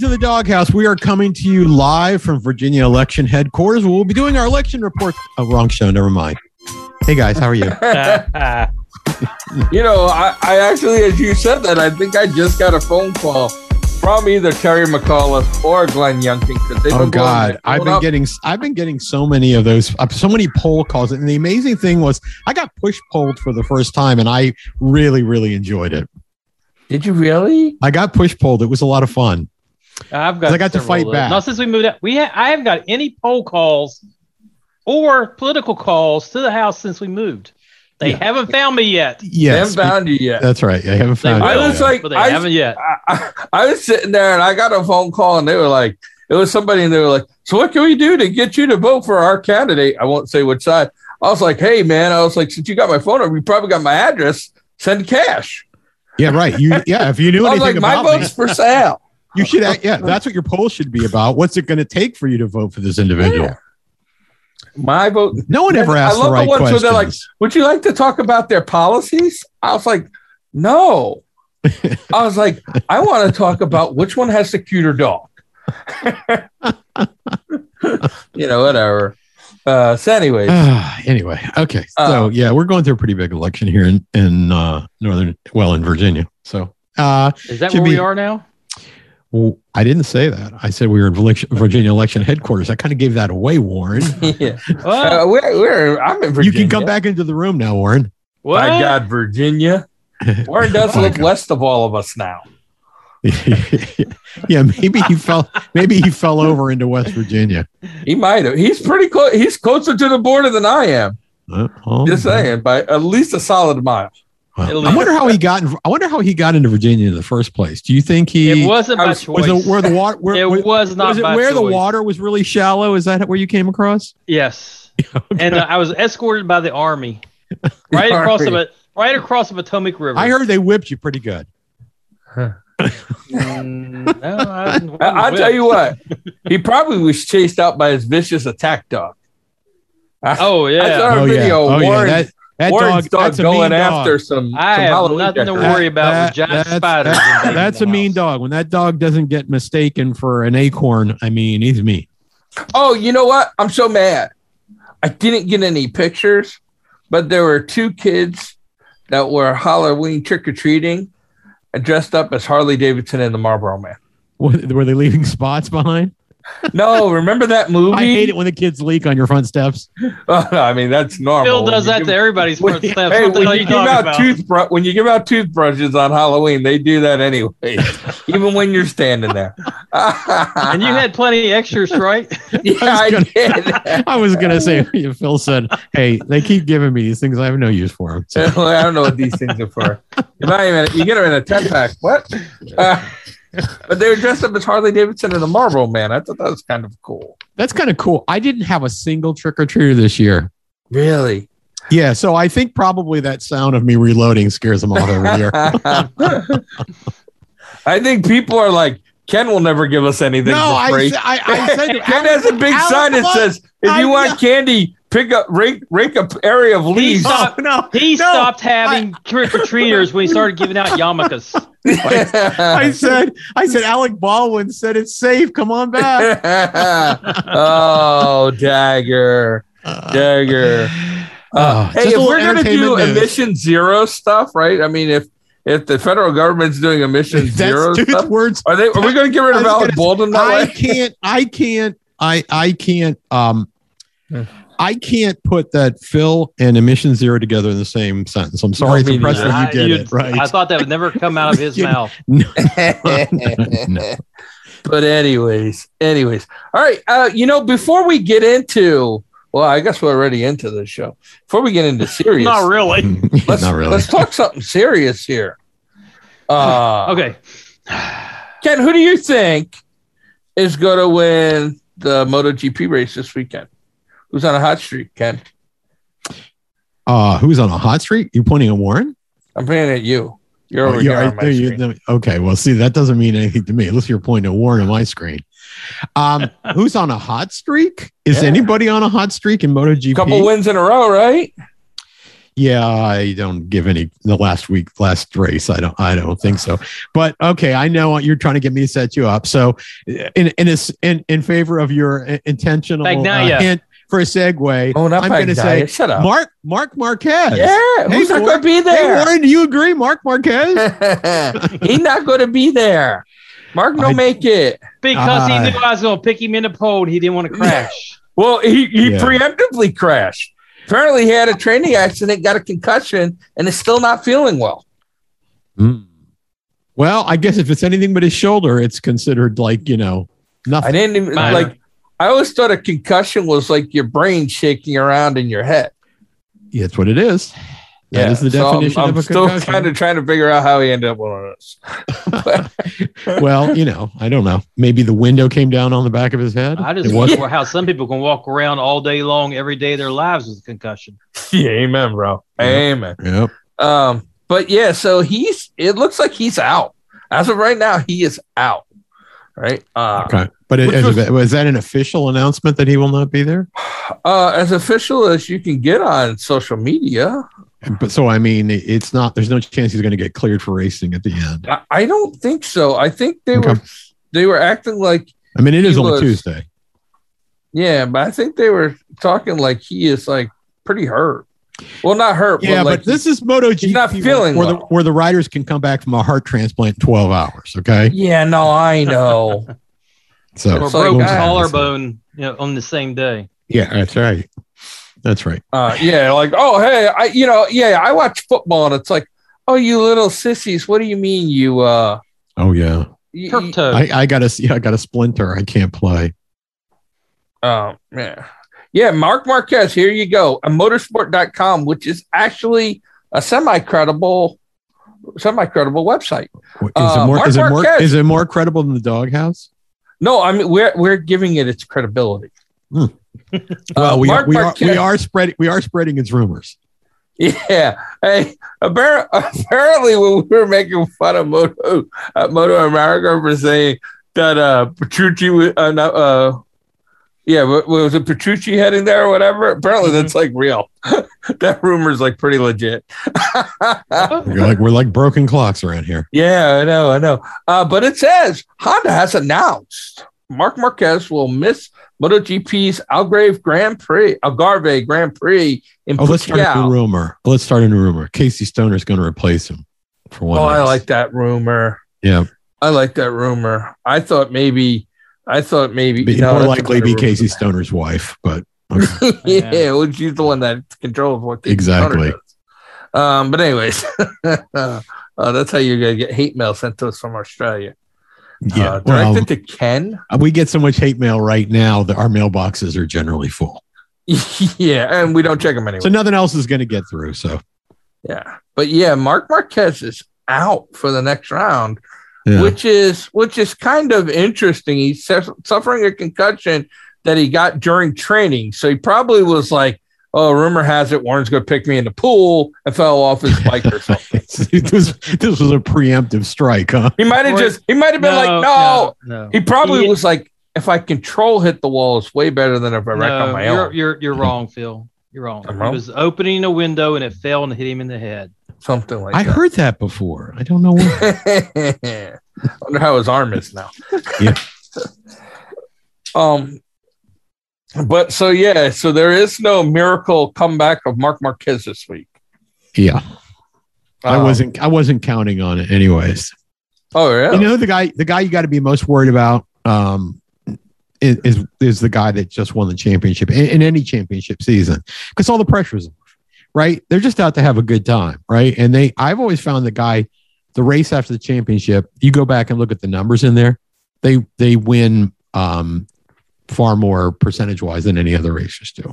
to the doghouse. We are coming to you live from Virginia election headquarters. We'll be doing our election report. Oh, wrong show. Never mind. Hey guys, how are you? you know, I, I actually, as you said that, I think I just got a phone call from either Terry McAuliffe or Glenn Youngkin. 'cause they've Oh been blowing God, it I've been up. getting I've been getting so many of those, uh, so many poll calls, and the amazing thing was I got push polled for the first time, and I really really enjoyed it. Did you really? I got push polled. It was a lot of fun. I've got. I got to several fight of those. back. Now, since we moved out, we ha- I haven't got any poll calls or political calls to the house since we moved. They Yeah. haven't found me yet. Yes, They haven't found you yet. that's right. I haven't They found. I it will, was yet. like- but they I- haven't yet. I, I, I was sitting there and I got a phone call and they were like, it was somebody and they were like, so what can we do to get you to vote for our candidate? I won't say which side. I was like, hey man, I was like, since you got my phone number, you probably got my address. Send cash. yeah, right. You yeah. If you knew I was anything like, my about me, vote's for sale. you should. act- Yeah, that's what your poll should be about. What's it going to take for you to vote for this individual? Yeah. My vote. No one ever I asked the love the right ones where questions. they're like, Would you like to talk about their policies? I was like, no. I was like, I want to talk about which one has the cuter dog. you know, whatever. Uh, so, anyways, anyway, okay. So Uh, yeah, we're going through a pretty big election here in in uh, northern, well, in Virginia. So uh, Is that should where be- we are now? well, I didn't say that. I said we were in Vili- Virginia election headquarters. I kind of gave that away, Warren. yeah. What? Uh, we're, we're, I'm in Virginia. You can come back into the room now, Warren. what? My God, Virginia. Warren does Oh, my live God. west of all of us now. yeah, maybe he fell. Maybe he fell over into West Virginia. He might have. He's pretty close. He's closer to the border than I am. Uh, oh, Just saying, by at least a solid mile. well, I wonder how he got. In, I wonder how he got into Virginia in the first place. Do you think he It wasn't I by was- was choice. it where the water? Where, it was, was not was it by where the choice. water was really shallow? Is that where you came across? Yes. And uh, I was escorted by the army right across Army. the right across the Potomac River. I heard they whipped you pretty good. Mm, no, I, wasn't I- I'll whipped. tell you what, he probably was chased out by his vicious attack dog. Oh I saw yeah. a video of Warren, Oh, That, that Warren's dog, that's a mean going dog. after some, some I have Halloween nothing to decorations. worry about with giant spiders that- invading that's the a mean house. dog. When that dog doesn't get mistaken for an acorn, I mean, he's mean. Oh, you know what? I'm so mad. I didn't get any pictures, but there were two kids that were Halloween trick or treating and dressed up as Harley Davidson and the Marlboro Man. Were were they leaving spots behind? No, remember that movie? I hate it when the kids leak on your front steps. Oh, no, I mean, that's normal. Phil does When that you to give- everybody's when- front steps. Hey, What the when hell you give talking out about? toothbrush, when you give out toothbrushes on Halloween, they do that anyway, even when you're standing there. and you had plenty of extras, right? yeah, I, gonna- did. I was gonna say, Phil said, "Hey, they keep giving me these things. I have no use for them." So, Well, I don't know what these things are for. You're not even, you get them in a ten pack. What? Uh, but they were dressed up as Harley Davidson and the Marlboro Man. I thought that was kind of cool. that's kind of cool. I didn't have a single trick or treater this year. Really? Yeah, so I think probably that sound of me reloading scares them off every year. I think people are like, Ken will never give us anything. no, for free. I, sa- I, I said to Ken has a big Alex, sign that what? says, "If I you want candy, pick up rake rake up area of leaves." Stop. Oh, no, He No, stopped having trick or treaters when he started giving out yarmulkes. I said, I said, Alec Baldwin said it's safe. Come on back. oh, dagger, Uh, dagger. Oh, Uh, just hey, a if little we're gonna do entertainment news. emission zero stuff, right? I mean, if if the federal government's doing emission zero that's two stuff, words. are they are we gonna get rid I of was Alec gonna- Baldwin that I way? can't. I can't. I I can't. Um, I can't put that Phil and emission zero together in the same sentence. I'm sorry, it's me impressive neither. you did I- it right. I thought that would never come out of his You- mouth. No. But anyways, anyways, all right. Uh, you know, before we get into, well, I guess we're already into this show. Before we get into serious, Not really. let's, Not really. let's talk something serious here. Uh, Okay. Ken, who do you think is going to win the MotoGP race this weekend? Who's on a hot streak, Ken? Uh, who's on a hot streak? You pointing at Warren? I'm pointing at you. You're Oh, yeah, over here. I- on my there you- screen. no, okay. Well, see, that doesn't mean anything to me unless you're pointing at Warren on my screen. Um, who's on a hot streak? Is Yeah. anybody on a hot streak in MotoGP? couple wins in a row, right? yeah, I don't give any the last week last race. I don't I don't think so. But okay, I know what you're trying to get me to set you up. So in in a, in, in favor of your i- intentional uh, Bagnaia. hint for a segue, Oh, not I'm going to say shut up. Mark Mark Marquez. yeah, Hey, who's not Warren. going to be Hey, there? Warren, do you agree, Mark Marquez? He's not going to be there. Mark don't I- make it. because Uh, he knew I was going to pick him in the pole. And he didn't want to crash. Well, he, he Yeah. preemptively crashed. Apparently, he had a training accident, got a concussion, and is still not feeling well. Mm. Well, I guess if it's anything but his shoulder, it's considered like you know I nothing. didn't even Minor. like. I always thought a concussion was like your brain shaking around in your head. It's what it is. That is the so I'm- definition I'm, of a still concussion. kind of trying to figure out how he ended up with one of those. well, you know, I don't know. Maybe the window came down on the back of his head. I It just was- wonder how some people can walk around all day long, every day of their lives with a concussion. Yeah, amen, bro. Yeah. Amen. Yep. Um, but yeah, so he's. It looks like he's out as of right now. He is out. Right. Uh, Okay. But it, Which as, was- was, that an official announcement that he will not be there? uh, as official as you can get on social media. But so I mean, it's not. There's no chance he's going to get cleared for racing at the end. I, I don't think so. I think they Okay. were they were acting like I mean, it is He only was- Tuesday. yeah, but I think they were talking like he is like pretty hurt. Well, not hurt. Yeah, but, like, but this is MotoGP. he's not where- feeling where, the, well. where the riders can come back from a heart transplant in 12 hours. Okay, Yeah, no, I know. so Or It's like, broke uh, collarbone you know, on the same day. Yeah, that's right. That's right. uh, yeah, like oh hey, I you know yeah, I watch football and it's like oh you little sissies, what do you mean you uh Oh yeah, you, Turf toe. I, I got a I got a splinter. I can't play. Um, yeah. Yeah, Mark Marquez, here you go. A motorsport.com, which is actually a semi credible, semi credible website. Is Uh, it more? Mark Is it more? Marquez- Is it more credible than the doghouse? No, I mean, we're, we're giving it its credibility. Hmm. Uh, Well, we are, Mark we are Marquez- we are spreading we are spreading its rumors. Yeah. Hey, appar- apparently, when we were making fun of Moto, uh, Moto America for saying that uh, Petrucci was, uh, no, uh, yeah, wa- was it Petrucci heading there or whatever? Apparently, that's like real. that rumor's like pretty legit. We're like we're like broken clocks around here. Yeah, I know, I know. Uh, but it says Honda has announced Mark Marquez will miss MotoGP's Algrave Grand Prix, Algarve Grand Prix in Oh, let's start a Portugal. new rumor. Let's start a new rumor. Casey Stoner is going to replace him for one. Oh, I race. like that rumor. Yeah, I like that rumor. I thought maybe, I thought maybe be, no, more that's a likely better be rumor. Casey Stoner's wife, but okay. yeah, well, she's the one that controls what Casey Stoner Exactly. does. Um, but anyways, uh, that's how you're gonna get hate mail sent to us from Australia. yeah. uh, well, directed to Ken. we get so much hate mail right now that our mailboxes are generally full. yeah, and we don't check them anyway. So nothing else is going to get through. So Yeah. But yeah, Mark Marquez is out for the next round, yeah. which is which is kind of interesting. He's su- suffering a concussion that he got during training. So he probably was like, Oh, rumor has it Warren's gonna pick me in the pool and fell off his bike or something. this, this was a preemptive strike, huh? He might have Or- just he might have been like, no. no. He probably He- was like, if I control hit the wall, it's way better than if I wreck on No, my you're, own. you're you're wrong, Phil. You're wrong. I'm wrong? He was opening a window and it fell and hit him in the head. Something like I that. heard that before. I don't know why. I wonder how his arm is now. Yeah. um. But so yeah, so there is no miracle comeback of Mark Marquez this week. yeah, I Um, wasn't. I wasn't counting on it, anyways. Oh yeah. You know the guy the guy you got to be most worried about um is, is is the guy that just won the championship in, in any championship season because all the pressure is off, right? They're just out to have a good time, right? And they I've always found the guy the race after the championship, you go back and look at the numbers in there, they they win um far more percentage wise than any other racers do.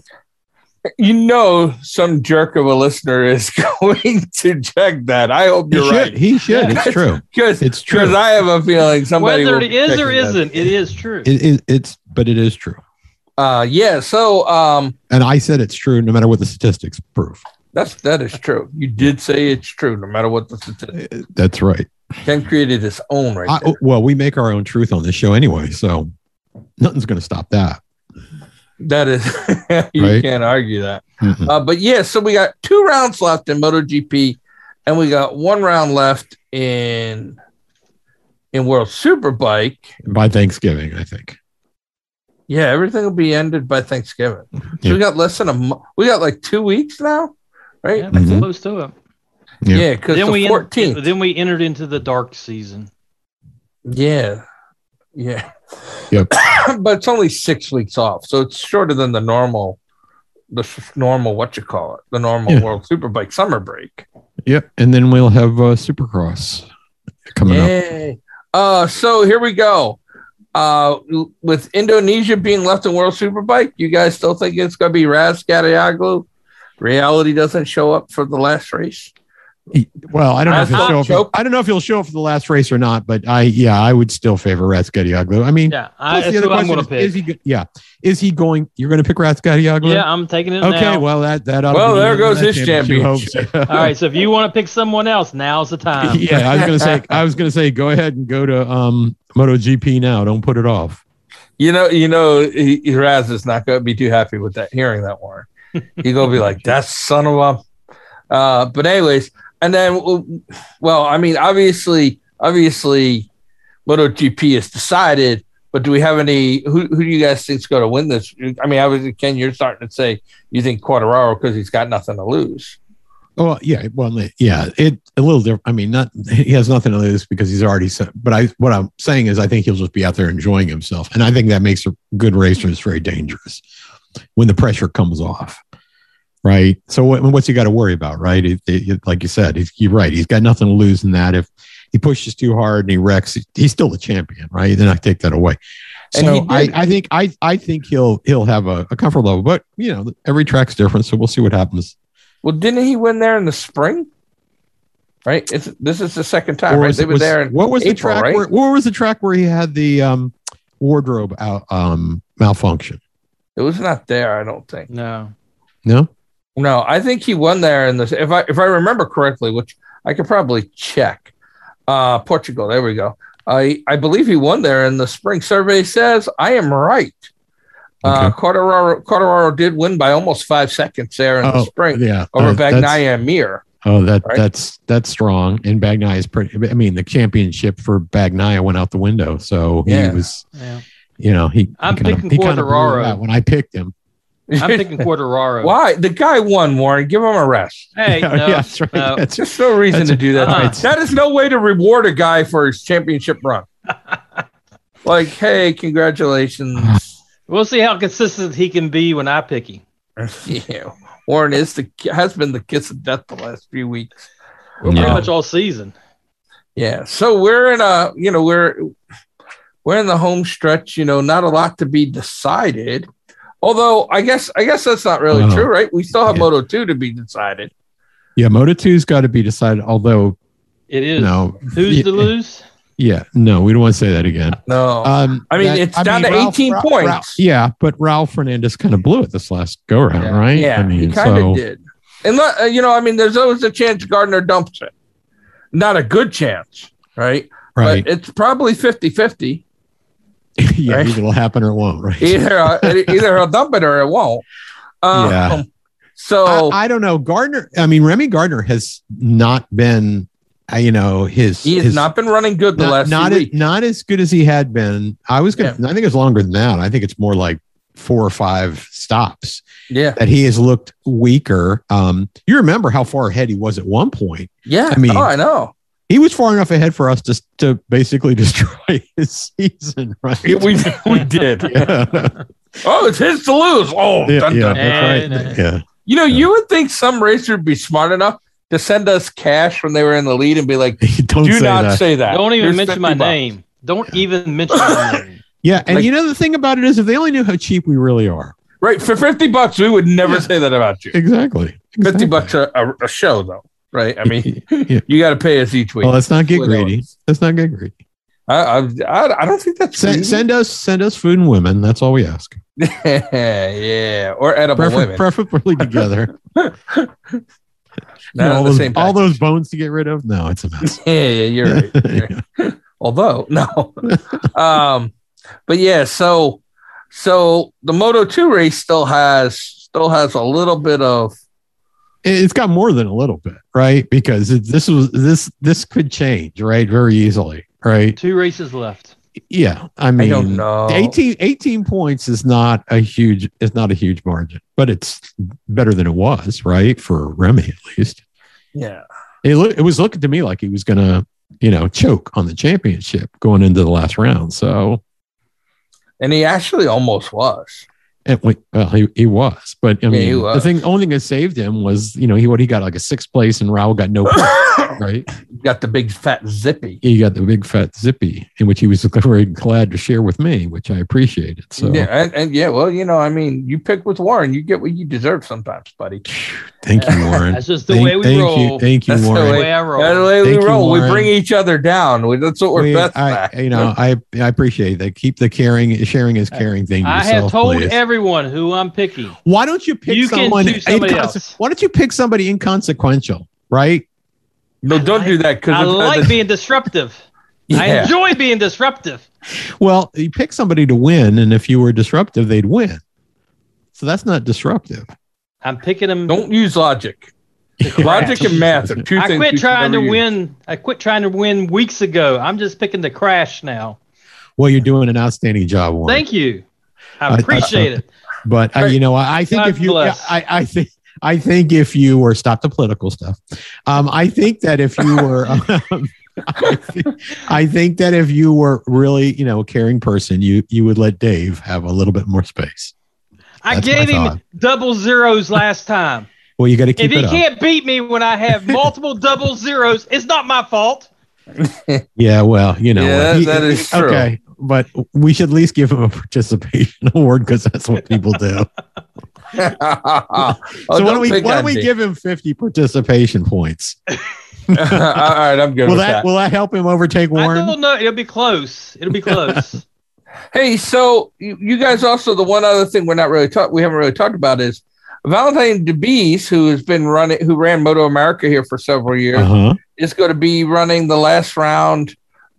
you know, some jerk of a listener is going to check that. I hope He you're should right he should. Yeah. It's true. because It's true. I have a feeling somebody Whether will it be is checking or that. isn't, it is true. It, it, it's but it is true. Uh, yeah. So um, And I said it's true no matter what the statistics prove. that's that is true. You did say it's true, no matter what the statistics. Uh, That's right. Ken created his own right. I, well, we make our own truth on this show anyway, so nothing's going to stop that. That is, you Right. can't argue that. Mhm. Uh, but yeah, so we got two rounds left in MotoGP, and we got one round left in in World Superbike. By Thanksgiving, I think. Yeah, everything will be ended by Thanksgiving. So Yeah. we got less than a mo- we got like two weeks now, right? Yeah, that's Mhm. close to it. Yeah. Yeah, because Then we the en- fourteenth. then we entered into the dark season. yeah, yeah. Yep. but it's only six weeks off, so it's shorter than the normal, the s- normal what you call it, the normal Yeah. World Superbike summer break. Yep. And then we'll have uh, Supercross coming up. Yay. Uh, so here we go. Uh, with Indonesia being left in World Superbike, you guys still think it's going to be Raz Gadiaglu? Reality doesn't show up for the last race. Well, I don't know if That's he'll show not up. joke. I don't know if he'll show up for the last race or not, but I yeah, I would still favor Ratsgadioglu. I mean, Yeah, I, plus that's the other who I'm question going is, to pick. is he go- yeah, is he going you're going to pick Ratsgadioglu? yeah, I'm taking it Okay, now. well that that ought to Well, be the there end goes of that his All right, so if you want to pick someone else, now's the time. yeah, I was going to say I was going to say go ahead and go to um MotoGP now. Don't put it off. You know, you know, he, he- Raz is not going to be too happy with that hearing that one. He's going to be like, "That son of a." Uh, but anyways, and then, well, I mean, obviously, obviously, MotoGP is decided. But do we have any? Who who do you guys think's going to win this? I mean, obviously, Ken, you're starting to say you think Quartararo because he's got nothing to lose. Oh yeah, well yeah, it a little different. I mean, not he has nothing to lose because he's already. se- But I what I'm saying is, I think he'll just be out there enjoying himself, and I think that makes a good racers very dangerous when the pressure comes off, right? So what, what's he got to worry about, right? It, it- it- like you said, he's, you're right. He's got nothing to lose in that. If he pushes too hard and he wrecks, he's still the champion, right? Then I take that away. And he So I, did. I think I I think he'll he'll have a, a comfort level, but you know every track's different, so we'll see what happens. Well, didn't he win there in the spring? Right. It's, this is the second time. Or right. was They it- were was- there. In, what was the April, track? right? Where, what was the track where he had the um, wardrobe out, um, malfunction? it was not there. I don't think. No, No, No, I think he won there in this. If I if I remember correctly, which I could probably check, uh, Portugal. There we go. I I believe he won there, and the spring survey says I am right. Uh, Quartararo, Quartararo did win by almost five seconds there in the Oh, spring yeah, over uh, that's- Bagnaia and Mir. Oh, that right? that's that's strong. And Bagnaya is pretty. I mean, the championship for Bagnaya went out the window, so Yeah. he was. yeah. You know, he. I'm he kinda- picking he kinda blew Quartararo. it out when I picked him. I'm picking Quartararo. Why the guy won, Warren? Give him a rest. Hey, Yeah, no, yeah, that's right. no. That's- There's no reason That's- to do that. uh-uh. That is no way to reward a guy for his championship run. like, hey, congratulations. We'll see how consistent he can be when I pick him. yeah, Warren is the has been the kiss of death the last few weeks. Pretty Yeah. much all season. Yeah, so we're in a you know we're we're in the home stretch. You know, not a lot to be decided. Although I guess I guess that's not really Uh-huh. true, right? We still have Yeah. Moto two to be decided. yeah, Moto Two's got to be decided. Although, It is. no, Who's yeah, to lose? Yeah, no, we don't want to say that again. No, Um, I mean, it's down to 18 points. yeah, but Ralph Fernandez kind of blew it this last go around, Yeah. right? yeah, I mean, he kind of so- did. And uh, you know, I mean, there's always a chance Gardner dumps it. Not a good chance, right? right? But it's probably 50-50. yeah, right. either it'll happen or it won't, right? Either uh, either he'll dump it or it won't. Um, Yeah. So I, I don't know. Gardner, I mean, Remy Gardner has not been, uh, you know, his He has his- not been running good the not, last not, few as, weeks. not as good as he had been. I was gonna, I think it's longer than that. I think it's more like four or five stops Yeah, that he has looked weaker. Um, you remember how far ahead he was at one point. yeah. I mean- oh, I know. he was far enough ahead for us to to basically destroy his season, right? we did. yeah, Oh, it's his to lose. Oh, yeah, dun, dun. that's right. Yeah, you know, you would think some racer would be smart enough to send us cash when they were in the lead and be like, don't "Do say not that. say that. Don't even Here's mention 50 my bucks." name. Don't even mention my name. yeah, and Like- you know the thing about it is, if they only knew how cheap we really are, Right for fifty bucks, we would never Yeah. say that about you. exactly. Fifty Exactly. bucks a, a, a show, though, right? I mean, yeah. you got to pay us each week. Well, let's not get That's what it greedy. was. Let's not get greedy. I, I- I, I don't think that's Send, greedy. send us send us food and women. That's all we ask. yeah, or edible Prefer, women. preferably together. Not No, all, on the those, same all package. those bones to get rid of. No, it's a mess. Yeah, yeah, you're right. You're right. Although, no. um, but yeah, so So the Moto 2 race still has still has a little bit of It- It's got more than a little bit, right? Because it, this was this this could change, right? Very easily, right? Two races left. Yeah, I I mean, don't know. 18, 18 points is not a huge is not a huge margin, but it's better than it was, right? For Remy at least. Yeah. It look it was looking to me like he was gonna, you know, choke on the championship going into the last round. So And he actually almost was. it went, well, he, he was. But I Yeah, he mean the was. thing only thing that saved him was, you know, he what he got like a sixth place and Raul got no point, right? Got the big fat zippy. He got the big fat zippy in which he was very glad to share with me, which I appreciated. So Yeah, and, and yeah, well, you know, I mean, you pick with Warren, you get what you deserve sometimes, buddy. thank you, Warren. That's just the thank, way we thank roll. you, thank you, That's the Warren. the way- way I roll. That's the way we Thank you, roll. we Warren. bring each other down. We, that's what we're We- best I, at. you know, I I appreciate that. Keep the caring, sharing is caring thing. To I yourself, have told please. everyone who I'm picking. Why don't you pick You can someone? choose somebody inconse- else. Why don't you pick somebody inconsequential? Right? no, I don't like- do that because I like being disruptive. I yeah. enjoy being disruptive. Well, you pick somebody to win, and if you were disruptive, they'd win. So that's not disruptive. I'm picking them. Don't use logic. Logic and math are two I things. quit you should trying to never use. win. I quit trying to win weeks ago. I'm just picking the crash now. Well, you're doing an outstanding job, Warren. Thank you. I- I I- appreciate it. But I, you know, I, I think God if you, bless. I, I think. I think if you were stop the political stuff, um, I think that if you were, um, I, think, I think that if you were really, you know, a caring person, you you would let Dave have a little bit more space. I That's my gave thought. him double zeros last time. Well, you got to keep if he it up. can't beat me when I have multiple double zeros, it's not my fault. Yeah, well, you know, Yeah, what, that is true. Okay, but we should at least give him a participation award because that's what people do. oh, so why don't don't we pick why on don't we me. give him fifty participation points? All right, I'm good Will with that, that. will that help him overtake I Warren? don't know. It'll be close. It'll be close. Hey, so you, you guys also the one other thing we're not really talk we haven't really talked about is Valentine DeBees, who has been running who ran Moto America here for several years, Uh huh. is going to be running the last round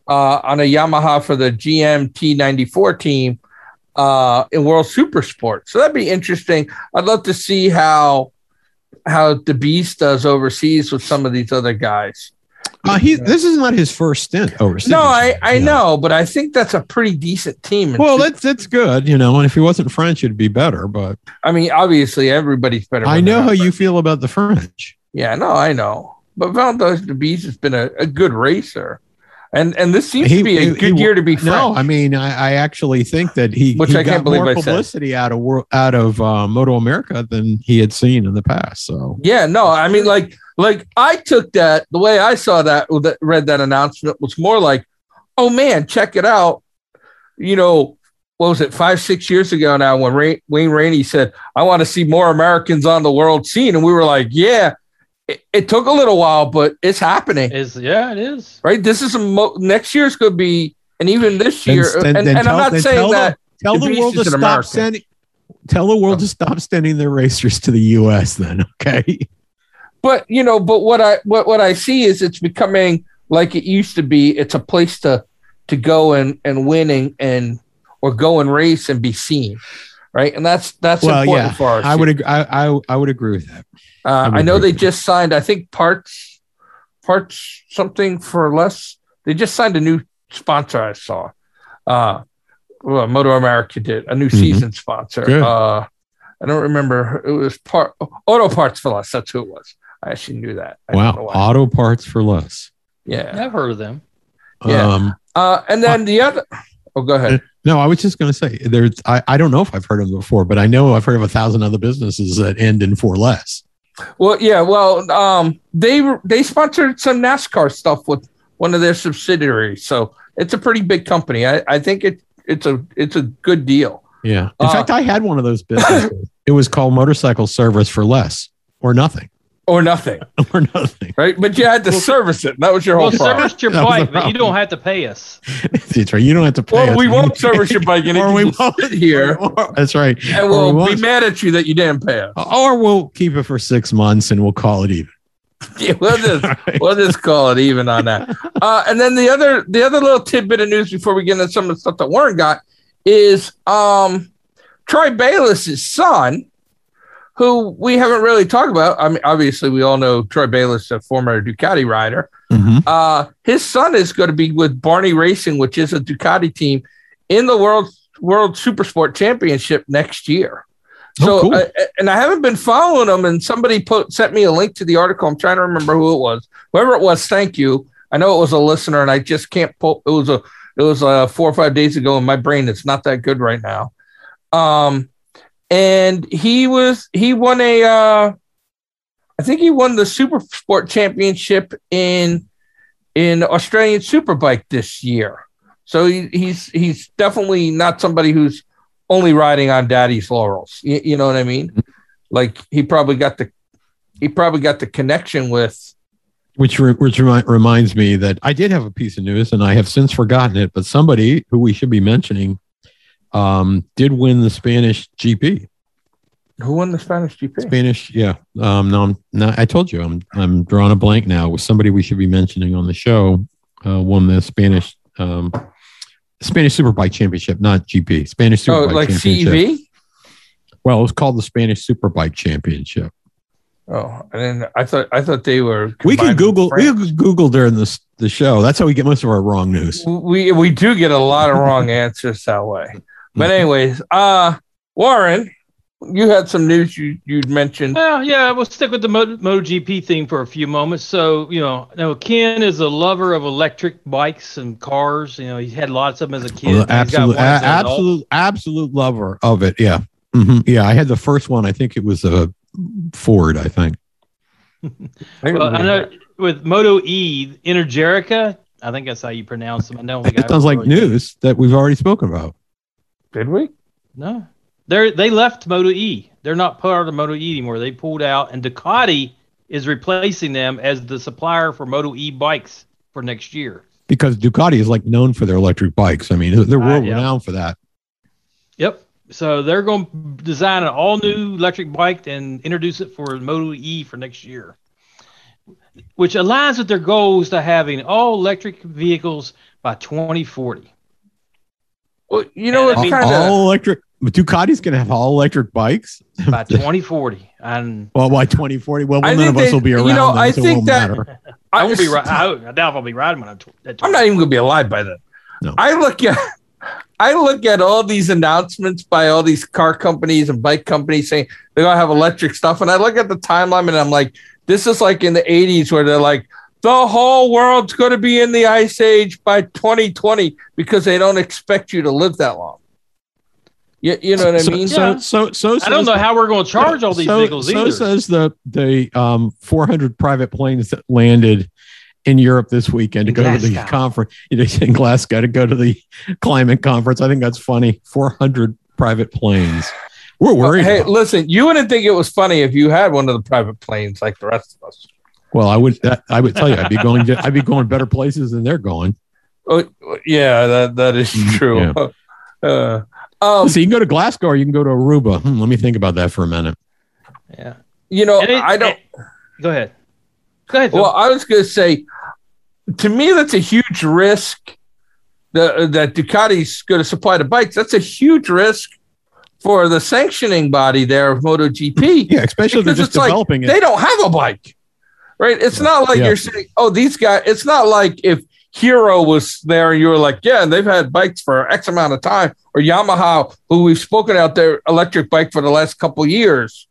uh, on a Yamaha for the GM T94 team uh, in World Super Sport. So that'd be interesting. I'd love to see how how DeBees does overseas with some of these other guys. Uh, he this is not his first stint overseas. No, I, I Yeah. know, but I think that's a pretty decent team. Well, that's that's good, you know. And if he wasn't French, it'd be better. But I mean, obviously everybody's better. I than know that, how but- you feel about the French. Yeah, no, I know. But Valentine's DeBees has been a, a good racer, and and this seems He- to be a he- good he- year to be French. No, I mean, I, I actually think that he, Which he I got can't believe more I said. publicity out of wor- out of uh, Moto America than he had seen in the past. So yeah, no, I mean, like like I took that the way I saw that, that read that announcement was more like, oh man, check it out. You know, what was it five six years ago now when Ray, Wayne Rainey said, I want to see more Americans on the world scene, and we were like, yeah. It, it took a little while, but it's happening. is yeah, it is. right? This is a mo- next year's going to be, and even this Then- year, then- and, then and tell- I'm then not saying tell that. tell the DeVries world to is an stop American. sending tell the world to stop sending their racers to the U.S. Then okay, but you know, but what I what what I see is it's becoming like it used to be. It's a place to to go and and win and, and or go and race and be seen, right? And that's that's Well, important yeah. for us. I would ag- I, I I would agree with that. Uh, would I know agree they with you. just signed. I think parts parts something for less. They just signed a new sponsor. I saw. Uh, well, Moto America did a new Mhm. season sponsor. Good. Uh, I don't remember. It was part Auto Parts for Less. That's who it was. I actually knew that. I Wow, don't know why. auto parts for less. Yeah. I've heard of them. Yeah. Um, Uh, and then the other. Oh, go ahead. no, I was just going to say there's I, I don't know if I've heard of them before, but I know I've heard of a thousand other businesses that end in for less. Well, yeah. Well, um, they they sponsored some NASCAR stuff with one of their subsidiaries, so it's a pretty big company. I, I think it it's a it's a good deal. Yeah. In Uh, fact, I had one of those businesses. it was called Motorcycle Service for Less or Nothing or nothing, or Nothing. right? But you had to Well, service it. That was your Well, whole problem. service your That was a bike, but you problem. don't have to pay us. That's right. You don't have to pay. Well, us. we won't service your bike, and Or we we will won't. sit here, That's right. and Or we we'll be won't- mad at you that you didn't pay us. or we'll keep it for six months and we'll call it even. Yeah, we'll just All right. we'll just call it even on that. Uh, and then the other the other little tidbit of news before we get into some of the stuff that Warren got is um Troy Bayless's son, who we haven't really talked about. I mean, obviously, we all know Troy Bayless, a former Ducati rider. Mhm. Uh, his son is going to be with Barney Racing, which is a Ducati team, in the World World Supersport Championship next year. Oh, So, cool. uh, and I haven't been following them. And somebody put sent me a link to the article. I'm trying to remember who it was. Whoever it was, thank you. I know it was a listener, and I just can't pull. It was a it was uh, four or five days ago, and my brain is not that good right now. Um, and he was he won a uh, I think he won the Super Sport Championship in in Australian Superbike this year. So he, he's he's definitely not somebody who's only riding on daddy's laurels. You, you know what I mean? Mm-hmm. Like he probably got the he probably got the connection with Which re- which remi- reminds me that I did have a piece of news and I have since forgotten it, but somebody who we should be mentioning um, did win the Spanish GP. who won the Spanish GP. Spanish, yeah. Um, no, I'm no, I told you, I'm I'm drawing a blank now. With somebody we should be mentioning on the show, uh, won the Spanish um, Spanish Superbike Championship, not GP. Spanish Oh, Superbike like Championship. CEV. Well, it was called the Spanish Superbike Championship. Oh, and then I thought I thought they were. We can combined with Google. We France. can Google during this the show. That's how we get most of our wrong news. we we do get a lot of wrong answers that way. But anyways, uh Warren, you had some news you you'd mentioned. Well, yeah, we'll stick with the Moto, MotoGP theme for a few moments. So, you know, now Ken is a lover of electric bikes and cars. You know, he had lots of them as a kid. Well, He's got absolute, a- one as an adult. absolute, absolute lover of it. Yeah, Mhm. yeah. I had the first one. I think it was a Ford. I think. Well, I know with Moto E, Energerica. I think that's how you pronounce them. I know. It sounds like E. news that we've already spoken about. Did we? No, they they left Moto E. They're not part of Moto E anymore. They pulled out, and Ducati is replacing them as the supplier for Moto E bikes for next year. because Ducati is like known for their electric bikes. I mean, they're Ah, Uh, world yeah. renowned for that. Yep. So they're going to design an all new electric bike and introduce it for Moto E for next year, which aligns with their goals to having all electric vehicles by 2040. Well, you know And I it's All, mean- kind of all electric. Ducati's going to have all electric bikes. By 2040, and Well, by 2040, well, I none of think us they- will be you around. know, then, I so it think won't that- matter. I will be. Ri- I, I doubt I'll be riding when I'm. Tw- at I'm not even gonna be alive by then. No. I look at I look at all these announcements by all these car companies and bike companies saying they're gonna have electric stuff, and I look at the timeline and I'm like, this is like in the '80s where they're like, the whole world's gonna be in the ice age by 2020 because they don't expect you to live that long. You, you know what I so, mean? So, Yeah. so, so, I don't know how we're going to charge all these so, vehicles so either. says the the um, 400 private planes that landed in Europe this weekend to In go to the Glasgow. conference in Glasgow to go to the climate conference. I think that's funny. 400 private planes. We're worried. Hey, about- listen, you wouldn't think it was funny if you had one of the private planes like the rest of us. Well, I would that, I would tell you I'd be going to I'd be going better places than they're going. Oh, yeah, that, that is Mm, true. Uh, um, so you can go to Glasgow or you can go to Aruba. Hmm, let me think about that for a minute. yeah. you know, And it- eh, I don't. Go ahead. Go ahead. Phil. Well, I was going to say, to me, that's a huge risk. The, that Ducati's going to supply the bikes. That's a huge risk for the sanctioning body there of MotoGP. Yeah, especially if they're Because just it's like developing They it. don't have a bike, right? It's not like Yeah. you're saying, "Oh, these guys." It's not like if Hero was there and you were like, "Yeah, they've had bikes for X amount of time," or Yamaha, who we've spoken out their electric bike for the last couple years,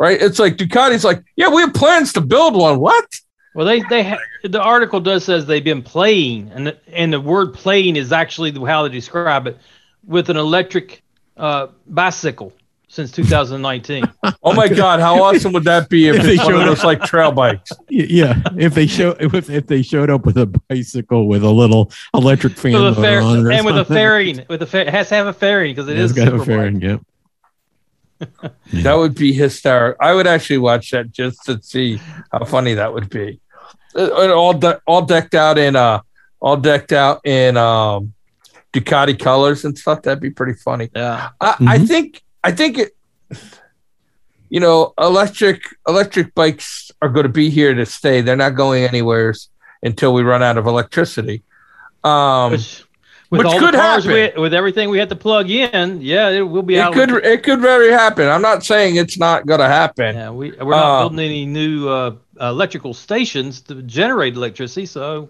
right? It's like Ducati's like, "Yeah, we have plans to build one." What? Well, they they ha- the article does says they've been playing, and the, and the word playing is actually how they describe it, with an electric uh, bicycle since 2019. Oh my god, how awesome would that be if, If they it's one of showed up. those like trail bikes? Y- Yeah, if they show if, if they showed up with a bicycle with a little electric fan with a motor fair, on it or and with a something. fairing, with a fair, it has to have a fairing because it Yeah, is it's got a super wide. fairing. Yeah. That would be hysterical. I would actually watch that just to see how funny that would be. Uh, and all de- all decked out in uh all decked out in um Ducati colors and stuff. That'd be pretty funny. Yeah, I, I Mhm. think I think it you know, electric electric bikes are going to be here to stay. They're not going anywheres until we run out of electricity. Um, which with Which all could the cars we- happen. with everything we had to plug in, yeah, it will be It out. could it could very happen. I'm not saying it's not going to happen. yeah, we we're not Uh, building any new uh, electrical stations to generate electricity, so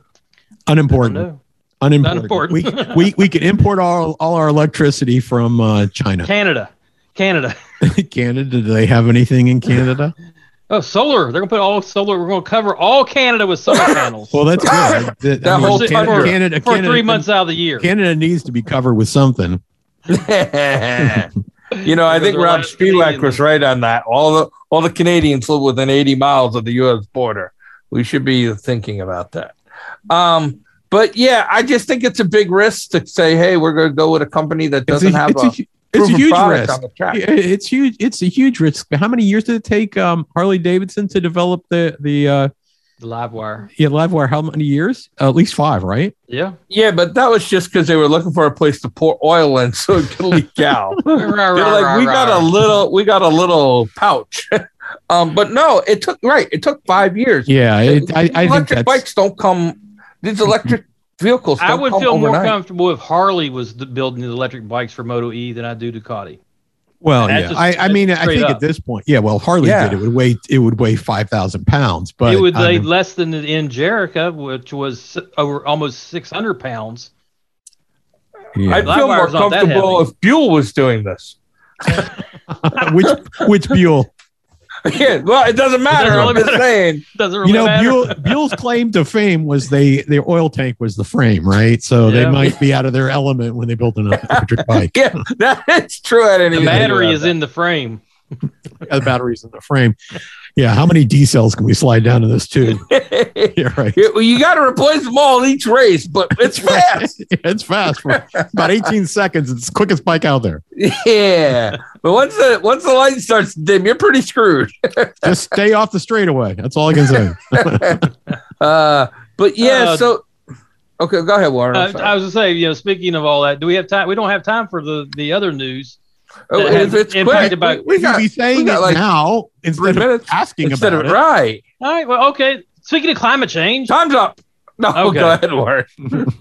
I don't Unimportant. know. Unimportant. Unimportant. we, we, we can import all, all our electricity from uh, China. Canada, Canada. Canada, do they have anything in Canada? Oh, solar. They're gonna put all solar. We're gonna cover all Canada with solar panels Well, that's good. That, That whole Can- country. Canada, for Canada- three months out of the year. Canada needs to be covered with something. you know, I Because think they're Rob allowed to be Spiewak in was there. right on that. All the all the Canadians live within 80 miles of the U.S. border. We should be thinking about that. Um, but yeah, I just think it's a big risk to say, hey, we're going to go with a company that It's doesn't a, have it's a, a, hu- it's a proven huge product risk. on the track. Yeah, It's huge. It's a huge risk. How many years did it take um, Harley Davidson to develop the the uh, The live wire. yeah, Livewire? How many years? at least five, right? Yeah, Yeah, but that was just because they were looking for a place to pour oil in so it could leak out. Rah, rah, They're rah, like, we got a rah." little, we got a little pouch. um, but no, it took right. It took five years. Yeah, it, I, I think electric that's bikes don't come. These electric vehicles. Don't I would come feel more overnight. comfortable if Harley was th- building the electric bikes for Moto E than I do Ducati. well. That's Yeah, just- I, I that's mean, I straight think up. at this point, yeah. Well, Harley Yeah. did it would weigh it would weigh five thousand pounds, but it would I weigh mean, less than the Angelica, which was s- over almost 600 pounds. I'd yeah. Live feel more wires aren't that comfortable heavy. if Buell was doing this. which which Buell? yeah, well, it doesn't matter. really I'm just matter. saying. Doesn't really You know, matter. Buell, Buell's claim to fame was they their oil tank was the frame, right? So they Yeah. might be out of their element when they built an electric bike. Yeah, that is true. At any the rate. battery is in the frame. the batteries in the frame. Yeah, how many D cells can we slide down to this tube? Yeah, right. Yeah, well, you got to replace them all in each race, but it's fast. It's fast for about 18 seconds. It's the quickest bike out there. yeah, but once the once the light starts to dim, you're pretty screwed. Just stay off the straightaway. That's all I can say. Uh, but yeah, Uh, so okay, go ahead, Warren. I'm Uh, sorry. I was gonna say, you know, speaking of all that, do we have time? We don't have time for the the other news. Oh, that if has it's quick, impacted by- we- we You'd got be saying got it like now instead three of minutes asking instead about of it. right. All right. Well, okay. Speaking of climate change, Time's up. No, Okay. go ahead, Warren.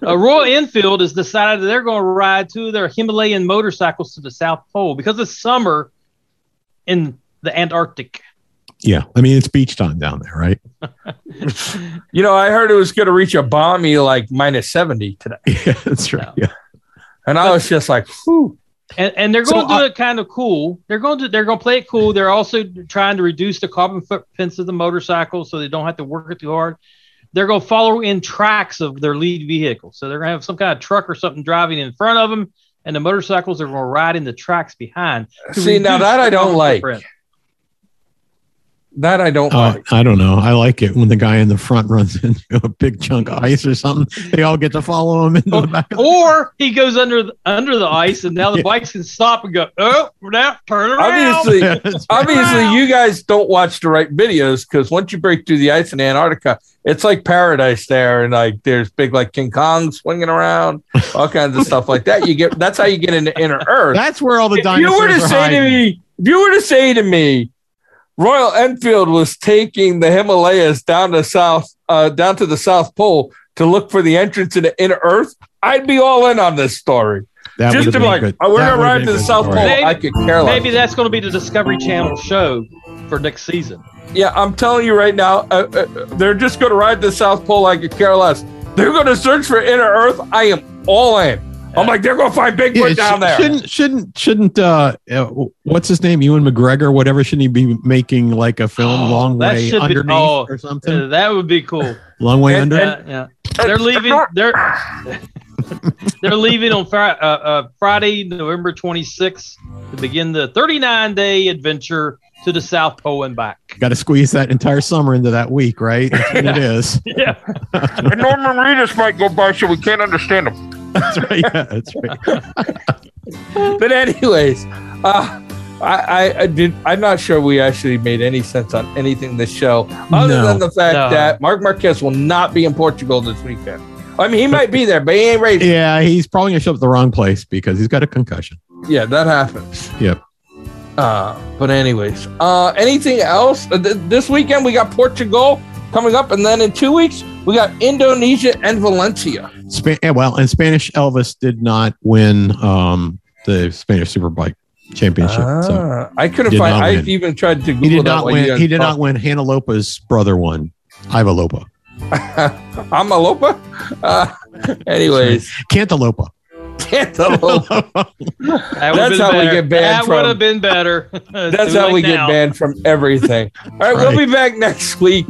uh, Royal Enfield has decided that they're going to ride two of their Himalayan motorcycles to the South Pole because it's summer in the Antarctic. Yeah, I mean it's beach time down there, right? You know, I heard it was going to reach a balmy like minus 70 today. Yeah, that's right. No. Yeah. And I was just like, whew. And, and they're So going to do I- it kind of cool. They're going to they're going to play it cool. They're also trying to reduce the carbon footprints of the motorcycle so they don't have to work it too hard. They're going to follow in tracks of their lead vehicle. So they're going to have some kind of truck or something driving in front of them, and the motorcycles are going to ride in the tracks behind. to See, now reduce that the I don't carbon like. footprint. That I don't Uh, like. I don't know. I like it when the guy in the front runs into a big chunk of ice or something. They all get to follow him Oh, into the back. Of Or he goes under the, under the ice, and now the bikes can stop and go. Oh, now turn around. Obviously, the- That's right. obviously, you guys don't watch the right videos because once you break through the ice in Antarctica, it's like paradise there, and like there's big like King Kong swinging around, all kinds of stuff like that. You get that's how you get into inner Earth. That's where all the if you dinosaurs were to are say hiding. to me, if you were to say to me, Royal Enfield was taking the Himalayas down to south, uh, down to the South Pole to look for the entrance into inner Earth, I'd be all in on this story. That Just would've to be been like, good. oh, we're That gonna would've ride been to the good. South Pole. Right. Maybe- I could care less. Maybe that's going to be the Discovery Channel show for next season. Yeah, I'm telling you right now, uh, uh, they're just going to ride the South Pole like a care less. They're going to search for inner Earth. I am all in. I'm like, they're going to find Yeah, Bigfoot sh- down there. Shouldn't shouldn't shouldn't uh, uh what's his name? Ewan McGregor, whatever. Shouldn't he be making like a film Oh, long that way should be- underneath oh, or something? Uh, that would be cool. long way and- under. Yeah, yeah. They're leaving. They're they're leaving on Fri- uh, uh, Friday, November 26th, to begin the 39 day adventure to the South Pole and back. Got to squeeze that entire summer into that week, right? That's what it is. Yeah, And Norman Reedus might go by, so we can't understand him. That's right. Yeah, that's right. but anyways, uh, I, I, I did. I'm not sure we actually made any sense on anything this show, other No. than the fact No. that Mark Marquez will not be in Portugal this weekend. I mean, he might be there, but he ain't racing. Yeah, he's probably gonna show up at the wrong place because he's got a concussion. Yeah, that happens. Yep. Uh, but anyways, uh, anything else? Uh, th- this weekend we got Portugal coming up, and then in two weeks We got Indonesia and Valencia. Spa- eh, well, and Spanish Elvis did not win um, the Spanish Superbike Championship. so Ah, I couldn't Did find. not I win. even tried to Google he did that not while you win. guys He did not talked. win. Hannah Lopa's brother won. Iva Lopa, Amalopa. Uh, anyways, Cantalopa. Cantaloupe. That would've That's been how we better. get banned That from- would have been better. That's how we get banned from everything. All right, we'll be back next week.